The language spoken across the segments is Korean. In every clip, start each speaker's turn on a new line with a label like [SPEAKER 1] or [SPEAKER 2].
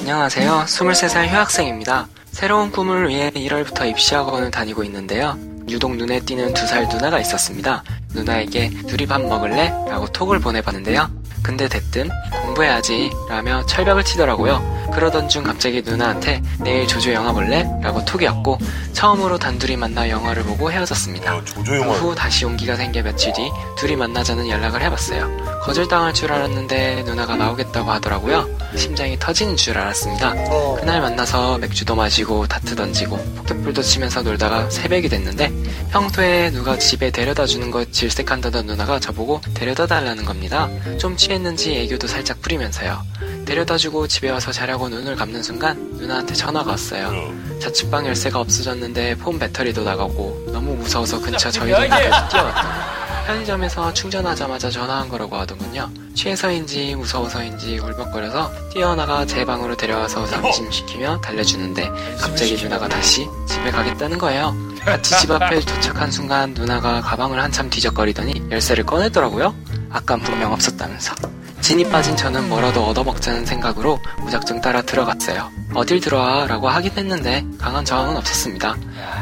[SPEAKER 1] 안녕하세요. 23살 휴학생입니다. 새로운 꿈을 위해 1월부터 입시학원을 다니고 있는데요. 유독 눈에 띄는 두 살 누나가 있었습니다. 누나에게 둘이 밥 먹을래? 라고 톡을 보내봤는데요. 근데 대뜸 공부해야지 라며 철벽을 치더라고요. 그러던 중 갑자기 누나한테 내일 조조 영화 볼래? 라고 톡이 왔고 처음으로 단둘이 만나 영화를 보고 헤어졌습니다.
[SPEAKER 2] 야, 조조
[SPEAKER 1] 그
[SPEAKER 2] 영화
[SPEAKER 3] 뭐
[SPEAKER 1] 후 다시 용기가 생겨 며칠 뒤 둘이 만나자는 연락을 해봤어요. 거절당할 줄 알았는데 누나가 나오겠다고 하더라고요. 심장이 터지는 줄 알았습니다. 그날 만나서 맥주도 마시고 다트 던지고 포켓볼도 치면서 놀다가 새벽이 됐는데 평소에 누가 집에 데려다 주는 거 질색한다던 누나가 저보고 데려다 달라는 겁니다. 좀 취했는지 애교도 살짝 부리면서요. 데려다 주고 집에 와서 자려고 눈을 감는 순간 누나한테 전화가 왔어요. 자취방 열쇠가 없어졌는데 폰 배터리도 나가고 너무 무서워서 근처 저희 동네까지 뛰어왔다. 편의점에서 충전하자마자 전화한 거라고 하더군요. 취해서인지 무서워서인지 울먹거려서 뛰어나가 제 방으로 데려와서 잠심시키며 달래주는데 갑자기 누나가 다시 집에 가겠다는 거예요. 마치 집 앞에 도착한 순간 누나가 가방을 한참 뒤적거리더니 열쇠를 꺼냈더라고요. 아깐 분명 없었다면서. 진이 빠진 저는 뭐라도 얻어먹자는 생각으로 무작정 따라 들어갔어요. 어딜 들어와 라고 하긴 했는데 강한 저항은 없었습니다.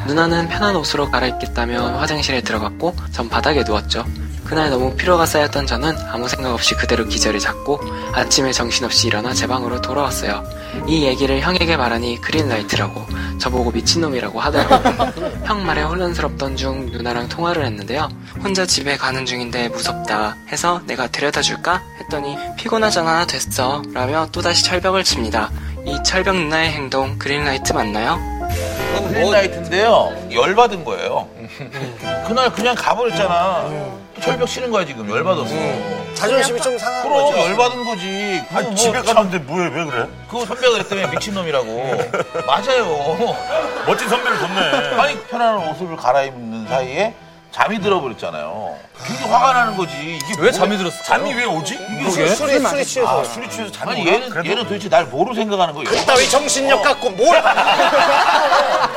[SPEAKER 1] 누나는 편한 옷으로 갈아입겠다며 화장실에 들어갔고 전 바닥에 누웠죠. 그날 너무 피로가 쌓였던 저는 아무 생각 없이 그대로 기절을 잡고 아침에 정신없이 일어나 제 방으로 돌아왔어요. 이 얘기를 형에게 말하니 그린라이트라고 저보고 미친놈이라고 하더라고요. 형 말에 혼란스럽던 중 누나랑 통화를 했는데요. 혼자 집에 가는 중인데 무섭다 해서 내가 데려다 줄까? 했더니 피곤하잖아 됐어 라며 또다시 철벽을 칩니다. 이 철벽 누나의 행동 그린라이트 맞나요?
[SPEAKER 2] 그건 그린라이트인데요 열받은 거예요 그날 그냥 가버렸잖아 또 철벽 치는 거야 지금 열받아서
[SPEAKER 4] 자존심이 좀 상한
[SPEAKER 2] 그럼
[SPEAKER 4] 거죠.
[SPEAKER 2] 열받은 거지 그거 뭐
[SPEAKER 3] 아, 집에
[SPEAKER 2] 참-
[SPEAKER 3] 갔는데 뭐해 왜 그래?
[SPEAKER 2] 그거 선배가 그랬다며 미친놈이라고 맞아요
[SPEAKER 3] 멋진 선배를 뒀네.
[SPEAKER 2] 아니 편안한 옷을 갈아입는 사이에 잠이 들어버렸잖아요 굉장히 화가 나는 거지 이게
[SPEAKER 5] 왜
[SPEAKER 2] 뭐야?
[SPEAKER 5] 잠이 들었어요?
[SPEAKER 3] 잠이 왜 오지? 이게
[SPEAKER 4] 술, 술이 술이 취해서.
[SPEAKER 3] 아, 술이 취해서 잠이
[SPEAKER 2] 아니
[SPEAKER 3] 오나?
[SPEAKER 2] 얘는
[SPEAKER 3] 그래도
[SPEAKER 2] 얘는 도대체 날 뭐로 생각하는 거예요?
[SPEAKER 4] 따위 정신력 갖고 뭘? 그러니까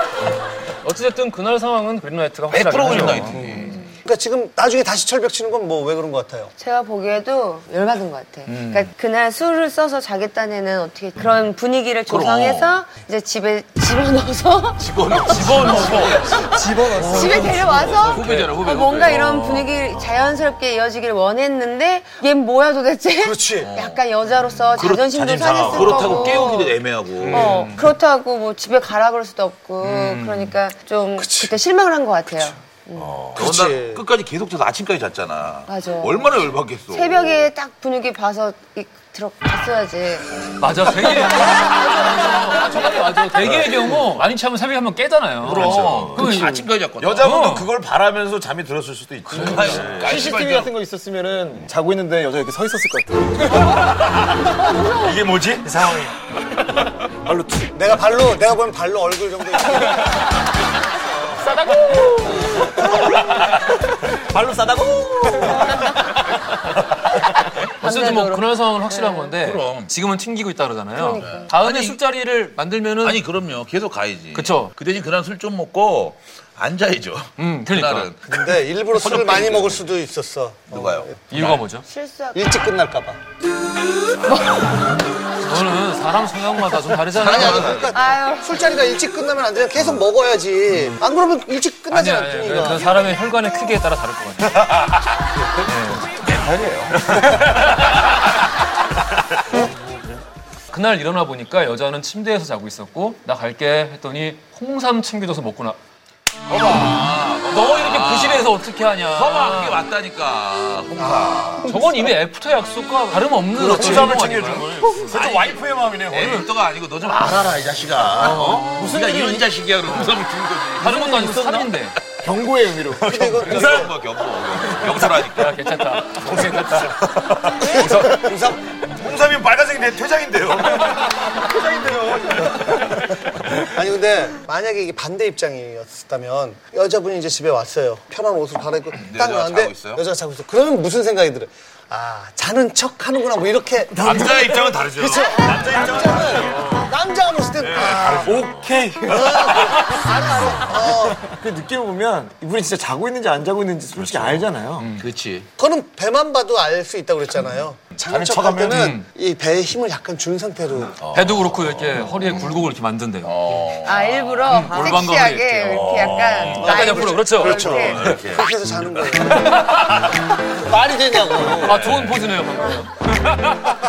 [SPEAKER 5] 어찌됐든 그날 상황은 그린라이트가
[SPEAKER 2] 100%
[SPEAKER 5] 확실하긴 하죠.
[SPEAKER 2] 그린라이트지
[SPEAKER 4] 그러니까 지금 나중에 다시 철벽 치는 건 뭐 왜 그런 것 같아요?
[SPEAKER 6] 제가 보기에도 열받은 것 같아.
[SPEAKER 2] 음.
[SPEAKER 6] 그러니까 그날 술을 써서 자겠다는 어떻게 그런 분위기를 조성해서 이제 집에 집어넣어서
[SPEAKER 2] 집어넣어
[SPEAKER 6] 집에 데려와서
[SPEAKER 2] 후배잖아, 후배,
[SPEAKER 6] 어, 뭔가
[SPEAKER 2] 후배.
[SPEAKER 6] 이런 분위기 자연스럽게 이어지길 원했는데 얘 뭐야 도대체?
[SPEAKER 4] 그렇지.
[SPEAKER 6] 약간 여자로서 자존심도 상했을
[SPEAKER 2] 그렇다고
[SPEAKER 6] 거고.
[SPEAKER 2] 깨우기도 음. 애매하고
[SPEAKER 6] 어, 그렇다고 뭐 집에 가라 그럴 수도 없고
[SPEAKER 2] 음.
[SPEAKER 6] 그러니까 좀그때 실망을 한 것 같아요.
[SPEAKER 2] 어, 더군다나
[SPEAKER 4] 그치.
[SPEAKER 2] 끝까지 계속 자서 아침까지 잤잖아.
[SPEAKER 6] 맞아.
[SPEAKER 2] 얼마나 열받겠어.
[SPEAKER 6] 새벽에 딱 분위기 봐서 이- 들어갔어야지.
[SPEAKER 5] 맞아, 되게. 정말 맞아. 대개의 경우 많이 참으면 새벽에 한번 깨잖아요. 그렇죠.
[SPEAKER 2] 그럼.
[SPEAKER 5] 그럼 이제
[SPEAKER 2] 아침까지 잤거든.
[SPEAKER 3] 여자분도
[SPEAKER 5] 어.
[SPEAKER 3] 그걸 바라면서 잠이 들었을 수도 있지.
[SPEAKER 7] CCTV 같은 거 있었으면은 자고 있는데 여자 이렇게 서 있었을 것 같아.
[SPEAKER 3] 이게 뭐지? 이 상황이.
[SPEAKER 4] 내가 발로 내가 보면 발로 얼굴 정도.
[SPEAKER 7] 발로 싸다고.
[SPEAKER 5] 어쨌든 뭐
[SPEAKER 6] 밤새도록.
[SPEAKER 5] 그날 상황은 확실한 건데
[SPEAKER 2] 그럼.
[SPEAKER 5] 지금은 튕기고 있다 그러잖아요. 네. 다음에 술자리를 만들면은
[SPEAKER 2] 아니 그럼요. 계속 가야지.
[SPEAKER 5] 그쵸.
[SPEAKER 2] 그 대신 그날 술 좀 먹고 앉아야죠.
[SPEAKER 5] 음, 그러니까.
[SPEAKER 2] 그날은.
[SPEAKER 4] 근데 일부러 술을 많이 먹을 수도 있었어.
[SPEAKER 2] 누가요?
[SPEAKER 5] 이유가 뭐죠?
[SPEAKER 6] 실수하고
[SPEAKER 4] 일찍 끝날까봐.
[SPEAKER 5] 저는 사람 성향마다 좀 다르잖아요.
[SPEAKER 4] 아니 아니 그러니까
[SPEAKER 6] 아유.
[SPEAKER 4] 술자리가 일찍 끝나면 안 되잖아. 계속 먹어야지. 안 그러면 일찍 끝나지
[SPEAKER 5] 아니야, 아니야. 그- 그
[SPEAKER 4] 않습니까?
[SPEAKER 5] 사람의 혈관의 크기에 따라 다를 것 같아요. 네. 그날 일어나 보니까 여자는 침대에서 자고 있었고 나 갈게 했더니 홍삼 챙겨줘서 먹고 나. 거봐. 너 이렇게 부실해서 어떻게 하냐.
[SPEAKER 2] 서방 그게 맞다니까.
[SPEAKER 5] 저건 이미 애프터 약속과 다름없는 어떤
[SPEAKER 3] 부담을
[SPEAKER 5] 행동
[SPEAKER 3] 챙겨준
[SPEAKER 5] 아닌가요?
[SPEAKER 3] 거예요. 그것도 와이프의 마음이네. 오늘.
[SPEAKER 2] 애교가 아니고 너 좀 알아라 이 자식아. 어? 무슨 가 이런 자식이야 그럼 무섭을 준 거지.
[SPEAKER 5] 다른 것도 아니고 삼인데.
[SPEAKER 7] 경고의 의미로.
[SPEAKER 4] 근데 이거
[SPEAKER 5] 그
[SPEAKER 2] 경사인 거야 경고. 경사라니까.
[SPEAKER 5] 야 괜찮다. 동생 같다.
[SPEAKER 3] 홍삼이 빨간색이 내 퇴장인데요.
[SPEAKER 4] 아니 근데 만약에 이게 반대 입장이었다면 여자분이 이제 집에 왔어요. 편한 옷을 갈아입고 딱
[SPEAKER 2] 여자가
[SPEAKER 4] 나왔는데
[SPEAKER 2] 자고 있어요?
[SPEAKER 4] 여자가 자고 있어. 그러면 무슨 생각이 들어? 아 자는 척 하는구나 뭐 이렇게.
[SPEAKER 5] 그
[SPEAKER 3] 남자의 입장은 다르죠.
[SPEAKER 4] 그쵸?
[SPEAKER 3] 남자 입장은 다르죠.
[SPEAKER 4] 남자가 봤을 때 아, 네.
[SPEAKER 7] 오케이.
[SPEAKER 4] 알아 알아. 어,
[SPEAKER 7] 그 느낌을 보면 우리 진짜 자고 있는지 안 자고 있는지 솔직히 알잖아요.
[SPEAKER 2] 그렇지.
[SPEAKER 4] 그거는 배만 봐도 알 수 있다고 그랬잖아요. 자는
[SPEAKER 7] 자는
[SPEAKER 4] 척할
[SPEAKER 7] 척하면,
[SPEAKER 4] 때는
[SPEAKER 5] 음. 어,
[SPEAKER 4] 이 배에 힘을 약간 준 상태로
[SPEAKER 5] 배도 그렇고 이렇게 허리에 굴곡을 이렇게 만든대요. 어.
[SPEAKER 6] 아 일부러
[SPEAKER 5] 골반
[SPEAKER 6] 섹시하게
[SPEAKER 5] 거리
[SPEAKER 6] 이렇게 약간
[SPEAKER 5] 약간
[SPEAKER 6] 라인을
[SPEAKER 5] 옆으로 그렇죠.
[SPEAKER 6] 네, 이렇게.
[SPEAKER 4] 네. 그렇게 해서 자는 거예요.
[SPEAKER 7] 말이 되냐고.
[SPEAKER 5] 아 좋은 포즈네요. 방금.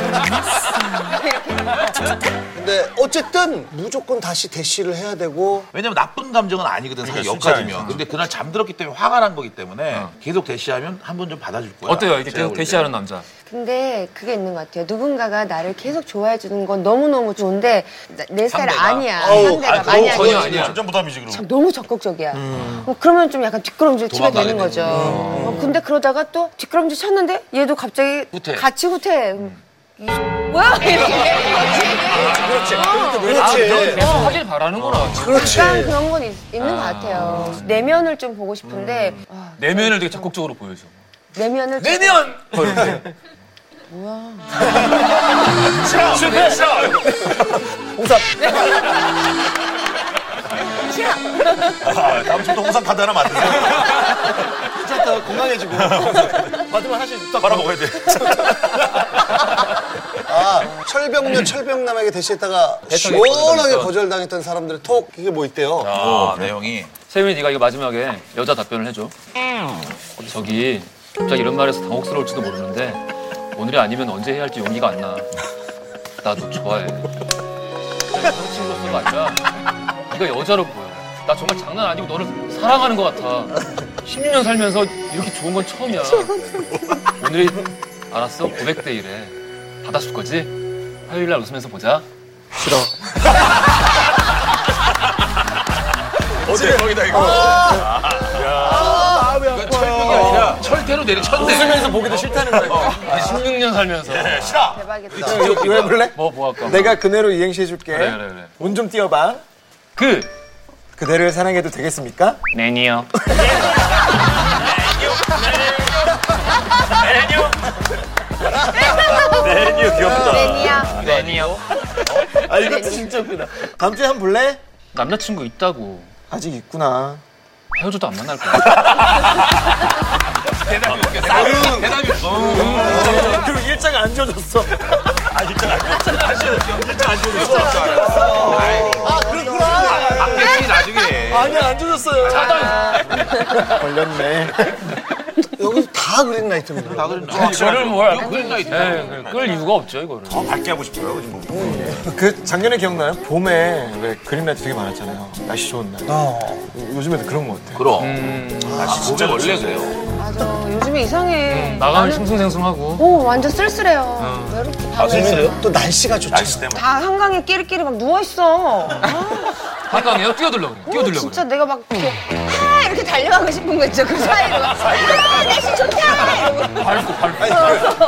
[SPEAKER 4] 근데 어쨌든 무조건 다시 대시를 해야 되고
[SPEAKER 2] 왜냐면 나쁜 감정은 아니거든 사실
[SPEAKER 3] 그러니까 진짜
[SPEAKER 2] 여기까지면
[SPEAKER 3] 아니지.
[SPEAKER 2] 근데 그날 잠들었기 때문에 화가 난 거기 때문에 계속 대시하면 한 번 좀 받아줄 거야
[SPEAKER 5] 어. 어때요? 이게
[SPEAKER 2] 제가
[SPEAKER 5] 계속
[SPEAKER 2] 볼
[SPEAKER 5] 대시하는 남자.
[SPEAKER 6] 근데 그게 있는 것 같아요. 누군가가 나를 계속 좋아해 주는 건 너무 너무 좋은데 나- 내 스타일
[SPEAKER 2] 상대가.
[SPEAKER 6] 아니야.
[SPEAKER 2] 어우,
[SPEAKER 6] 상대가
[SPEAKER 2] 아, 그거
[SPEAKER 6] 만약에
[SPEAKER 5] 전혀
[SPEAKER 2] 아니야.
[SPEAKER 5] 아니야.
[SPEAKER 3] 완전 부담이지 그럼.
[SPEAKER 6] 참 너무 적극적이야. 어, 그러면 좀 약간 뒷걸음질 치게
[SPEAKER 2] 도망가게
[SPEAKER 6] 되는
[SPEAKER 2] 되는
[SPEAKER 6] 거죠. 어, 근데 그러다가 또 뒷걸음질 쳤는데 얘도 갑자기
[SPEAKER 2] 후퇴.
[SPEAKER 6] 같이 후퇴. 이 뭐야? 그렇지. 어.
[SPEAKER 5] 아, 넌 계속 하길 바라는구나.
[SPEAKER 4] 아,
[SPEAKER 6] 약간 그런 건 있, 는것 같아요. 내면을 좀 보고 싶은데 아,
[SPEAKER 5] 내면을 되게 적극적으로 보여줘.
[SPEAKER 6] 내면을 좀-
[SPEAKER 5] 내면!
[SPEAKER 3] 실패 시작. 아, 다음 주부터 홍삼 카드 하나 만드세요.
[SPEAKER 7] 괜찮다. 건강해지고. 받으면 하나씩 딱
[SPEAKER 3] 바로 먹어야 돼.
[SPEAKER 4] 아 철벽녀 철벽남에게 대시했다가 시원하게 거절당했던 사람들의 톡 이게 뭐 있대요?
[SPEAKER 5] 어,
[SPEAKER 2] 아 내용이
[SPEAKER 5] 세윤이 네가 이거 마지막에 여자 답변을 해줘. 저기 갑자기 이런 말해서 당혹스러울지도 모르는데 오늘이 아니면 언제 해야 할지 용기가 안 나. 나 너 좋아해. 남친으로서가 아니라 네가 여자로 보여. 나 정말 장난 아니고 너를 사랑하는 것 같아. 10년 살면서 이렇게 좋은 건 처음이야. 오늘이 알았어 고백 데이래. 받아줄 거지? 화요일 날 웃으면서 보자.
[SPEAKER 3] 어제 거기다 이거.
[SPEAKER 2] 그러니까 철벽이 아니라 철퇴로 내리쳤네
[SPEAKER 5] 웃으면서 보기도 싫다는 거야. 16년 살면서
[SPEAKER 3] 싫어.
[SPEAKER 6] 대박이다.
[SPEAKER 7] 이거 해볼래?
[SPEAKER 5] 뭐 보할까?
[SPEAKER 4] 네.
[SPEAKER 7] 내가 그대로 이행시 해줄게.
[SPEAKER 5] 그래 그래 그래.
[SPEAKER 7] 운 좀 띄워봐.
[SPEAKER 5] 그
[SPEAKER 7] 그대로의 사랑해도 되겠습니까?
[SPEAKER 5] 매니어.
[SPEAKER 3] 메뉴 귀엽다.
[SPEAKER 6] 내미야.
[SPEAKER 5] 매니어.
[SPEAKER 7] 아, 이것도 진짜 웃기다. 다음 주에 한 번 볼래?
[SPEAKER 5] 남자친구 있다고
[SPEAKER 7] 아직 있구나.
[SPEAKER 5] 헤어져도 안 만날 거야.
[SPEAKER 2] 대답이 없어
[SPEAKER 7] 그리고 일자가 안 지워졌어.
[SPEAKER 3] 아 일단 안 줘. 사실 일단 안 줘.
[SPEAKER 7] 아, 그렇구나.
[SPEAKER 2] 앞에 나중에 해.
[SPEAKER 7] 아니야, 안 지워졌어요. 걸렸네.
[SPEAKER 4] 여기 다 그린라이트입니다. 어.
[SPEAKER 2] 다 그랬나
[SPEAKER 5] 저를 뭐 뭘?
[SPEAKER 2] 이거 그랬나 이거
[SPEAKER 5] 네, 끌 이유가 없죠 이거를.
[SPEAKER 3] 어, 밝게 하고 싶어요 요즘 보고.
[SPEAKER 7] 그 작년에 기억나요? 봄에 왜 그린라이트 되게 많았잖아요. 날씨 좋은 날. 요즘에도 그런 거 같아요.
[SPEAKER 2] 그럼 몸에 원래 그래요
[SPEAKER 6] 맞아. 어, 요즘에 이상해.
[SPEAKER 5] 나가면 싱숭생숭하고.
[SPEAKER 6] 오 완전 쓸쓸해요. 외롭고 다 외로워.
[SPEAKER 4] 또 날씨가 좋죠.
[SPEAKER 3] 날씨 때문에.
[SPEAKER 6] 다 한강에 끼리끼리 막 누워 있어.
[SPEAKER 5] 한강에요? 뛰어들려 그래. 뛰어들려
[SPEAKER 6] 진짜
[SPEAKER 5] 그래.
[SPEAKER 6] 내가 막 이렇게 하 이렇게 달려가고 싶은 거 있죠 그 사이로. 아 날씨 좋다. 이러고.
[SPEAKER 5] 밟고 밟고.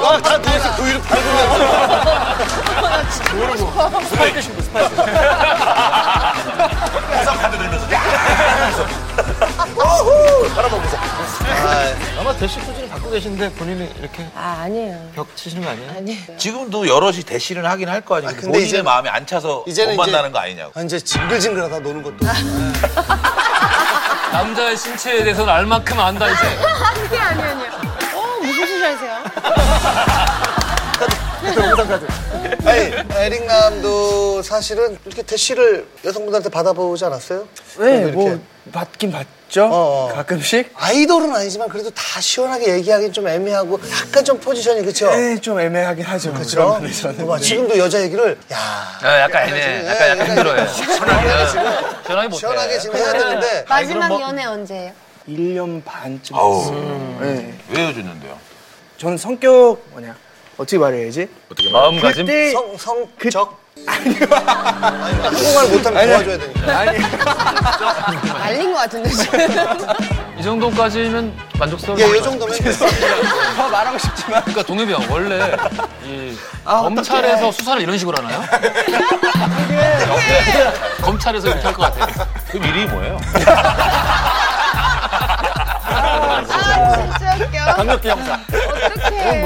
[SPEAKER 7] 아, 다 누워서 그 위로 밟으면.
[SPEAKER 3] 홍삼 카드 들면서.
[SPEAKER 7] 아마 대시 소지를 받고 계신데 본인이 이렇게
[SPEAKER 6] 아 아니에요.
[SPEAKER 7] 벽 치시는 거 아니에요?
[SPEAKER 6] 아니에요.
[SPEAKER 2] 지금도 여럿이 대시를 하긴 할 거 아니에요.
[SPEAKER 4] 근데
[SPEAKER 2] 본인의
[SPEAKER 4] 이제는-
[SPEAKER 2] 마음이 안 차서 못 만나는 거 아니냐고.
[SPEAKER 4] 아, 이제 징글징글하다 노는 것도.
[SPEAKER 5] 남자의 신체에 대해서는 알 만큼 안다 이제.
[SPEAKER 6] 아니 아니 아니요. 어 무슨 소리 하세요?
[SPEAKER 4] 아니, 에릭 남도 사실은 이렇게 대시를 여성분들한테 받아보지 않았어요? 왜? 뭐
[SPEAKER 7] 받긴 받죠?
[SPEAKER 4] 어, 어.
[SPEAKER 7] 가끔씩?
[SPEAKER 4] 아이돌은 아니지만 그래도 다 시원하게 얘기하긴 좀 애매하고 약간 좀 포지션이 그쵸?
[SPEAKER 7] 에이, 네, 좀 애매하긴 하죠. 그런
[SPEAKER 4] 그쵸?
[SPEAKER 7] 면에서는.
[SPEAKER 4] 봐봐, 지금도 여자 얘기를 야
[SPEAKER 5] 아, 약간 애매. 약간 약간 힘들어요. 시원하게 시원하게 못해.
[SPEAKER 4] 시원하게 지금 해야 되는데
[SPEAKER 6] 마지막 연애 언제예요?
[SPEAKER 8] 1년 반쯤
[SPEAKER 2] 아우.
[SPEAKER 8] 됐어요. 네.
[SPEAKER 2] 왜 헤어졌는데요?
[SPEAKER 8] 저는 성격 뭐냐 어떻게 말해야지?
[SPEAKER 5] 마음가짐.
[SPEAKER 8] 그때
[SPEAKER 7] 네.
[SPEAKER 4] 성, 성적? 아니요. 뭐 한국말 못하면 도와줘야 되니까.
[SPEAKER 6] 알린 것 같은데 지금.
[SPEAKER 5] 이 정도까지면 만족스러워.
[SPEAKER 4] 예, 요 정도면 됐어.
[SPEAKER 8] 더 말하고 싶지만
[SPEAKER 5] 그러니까 동엽이 형 원래 이 검찰에서 수사를 이런 식으로 하나요? 네. 검찰에서 이렇게 할 것 같아요.
[SPEAKER 2] 그 일이 뭐예요?
[SPEAKER 6] 아 진짜 웃겨. 강력기 형사. 어떡해.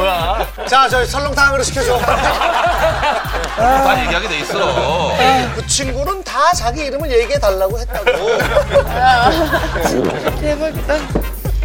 [SPEAKER 4] 자, 저희 설렁탕으로 시켜줘.
[SPEAKER 2] 다 얘기하게 돼 있어.
[SPEAKER 4] 그 친구는 다 자기 이름을 얘기해달라고 했다고.
[SPEAKER 6] 대박이다.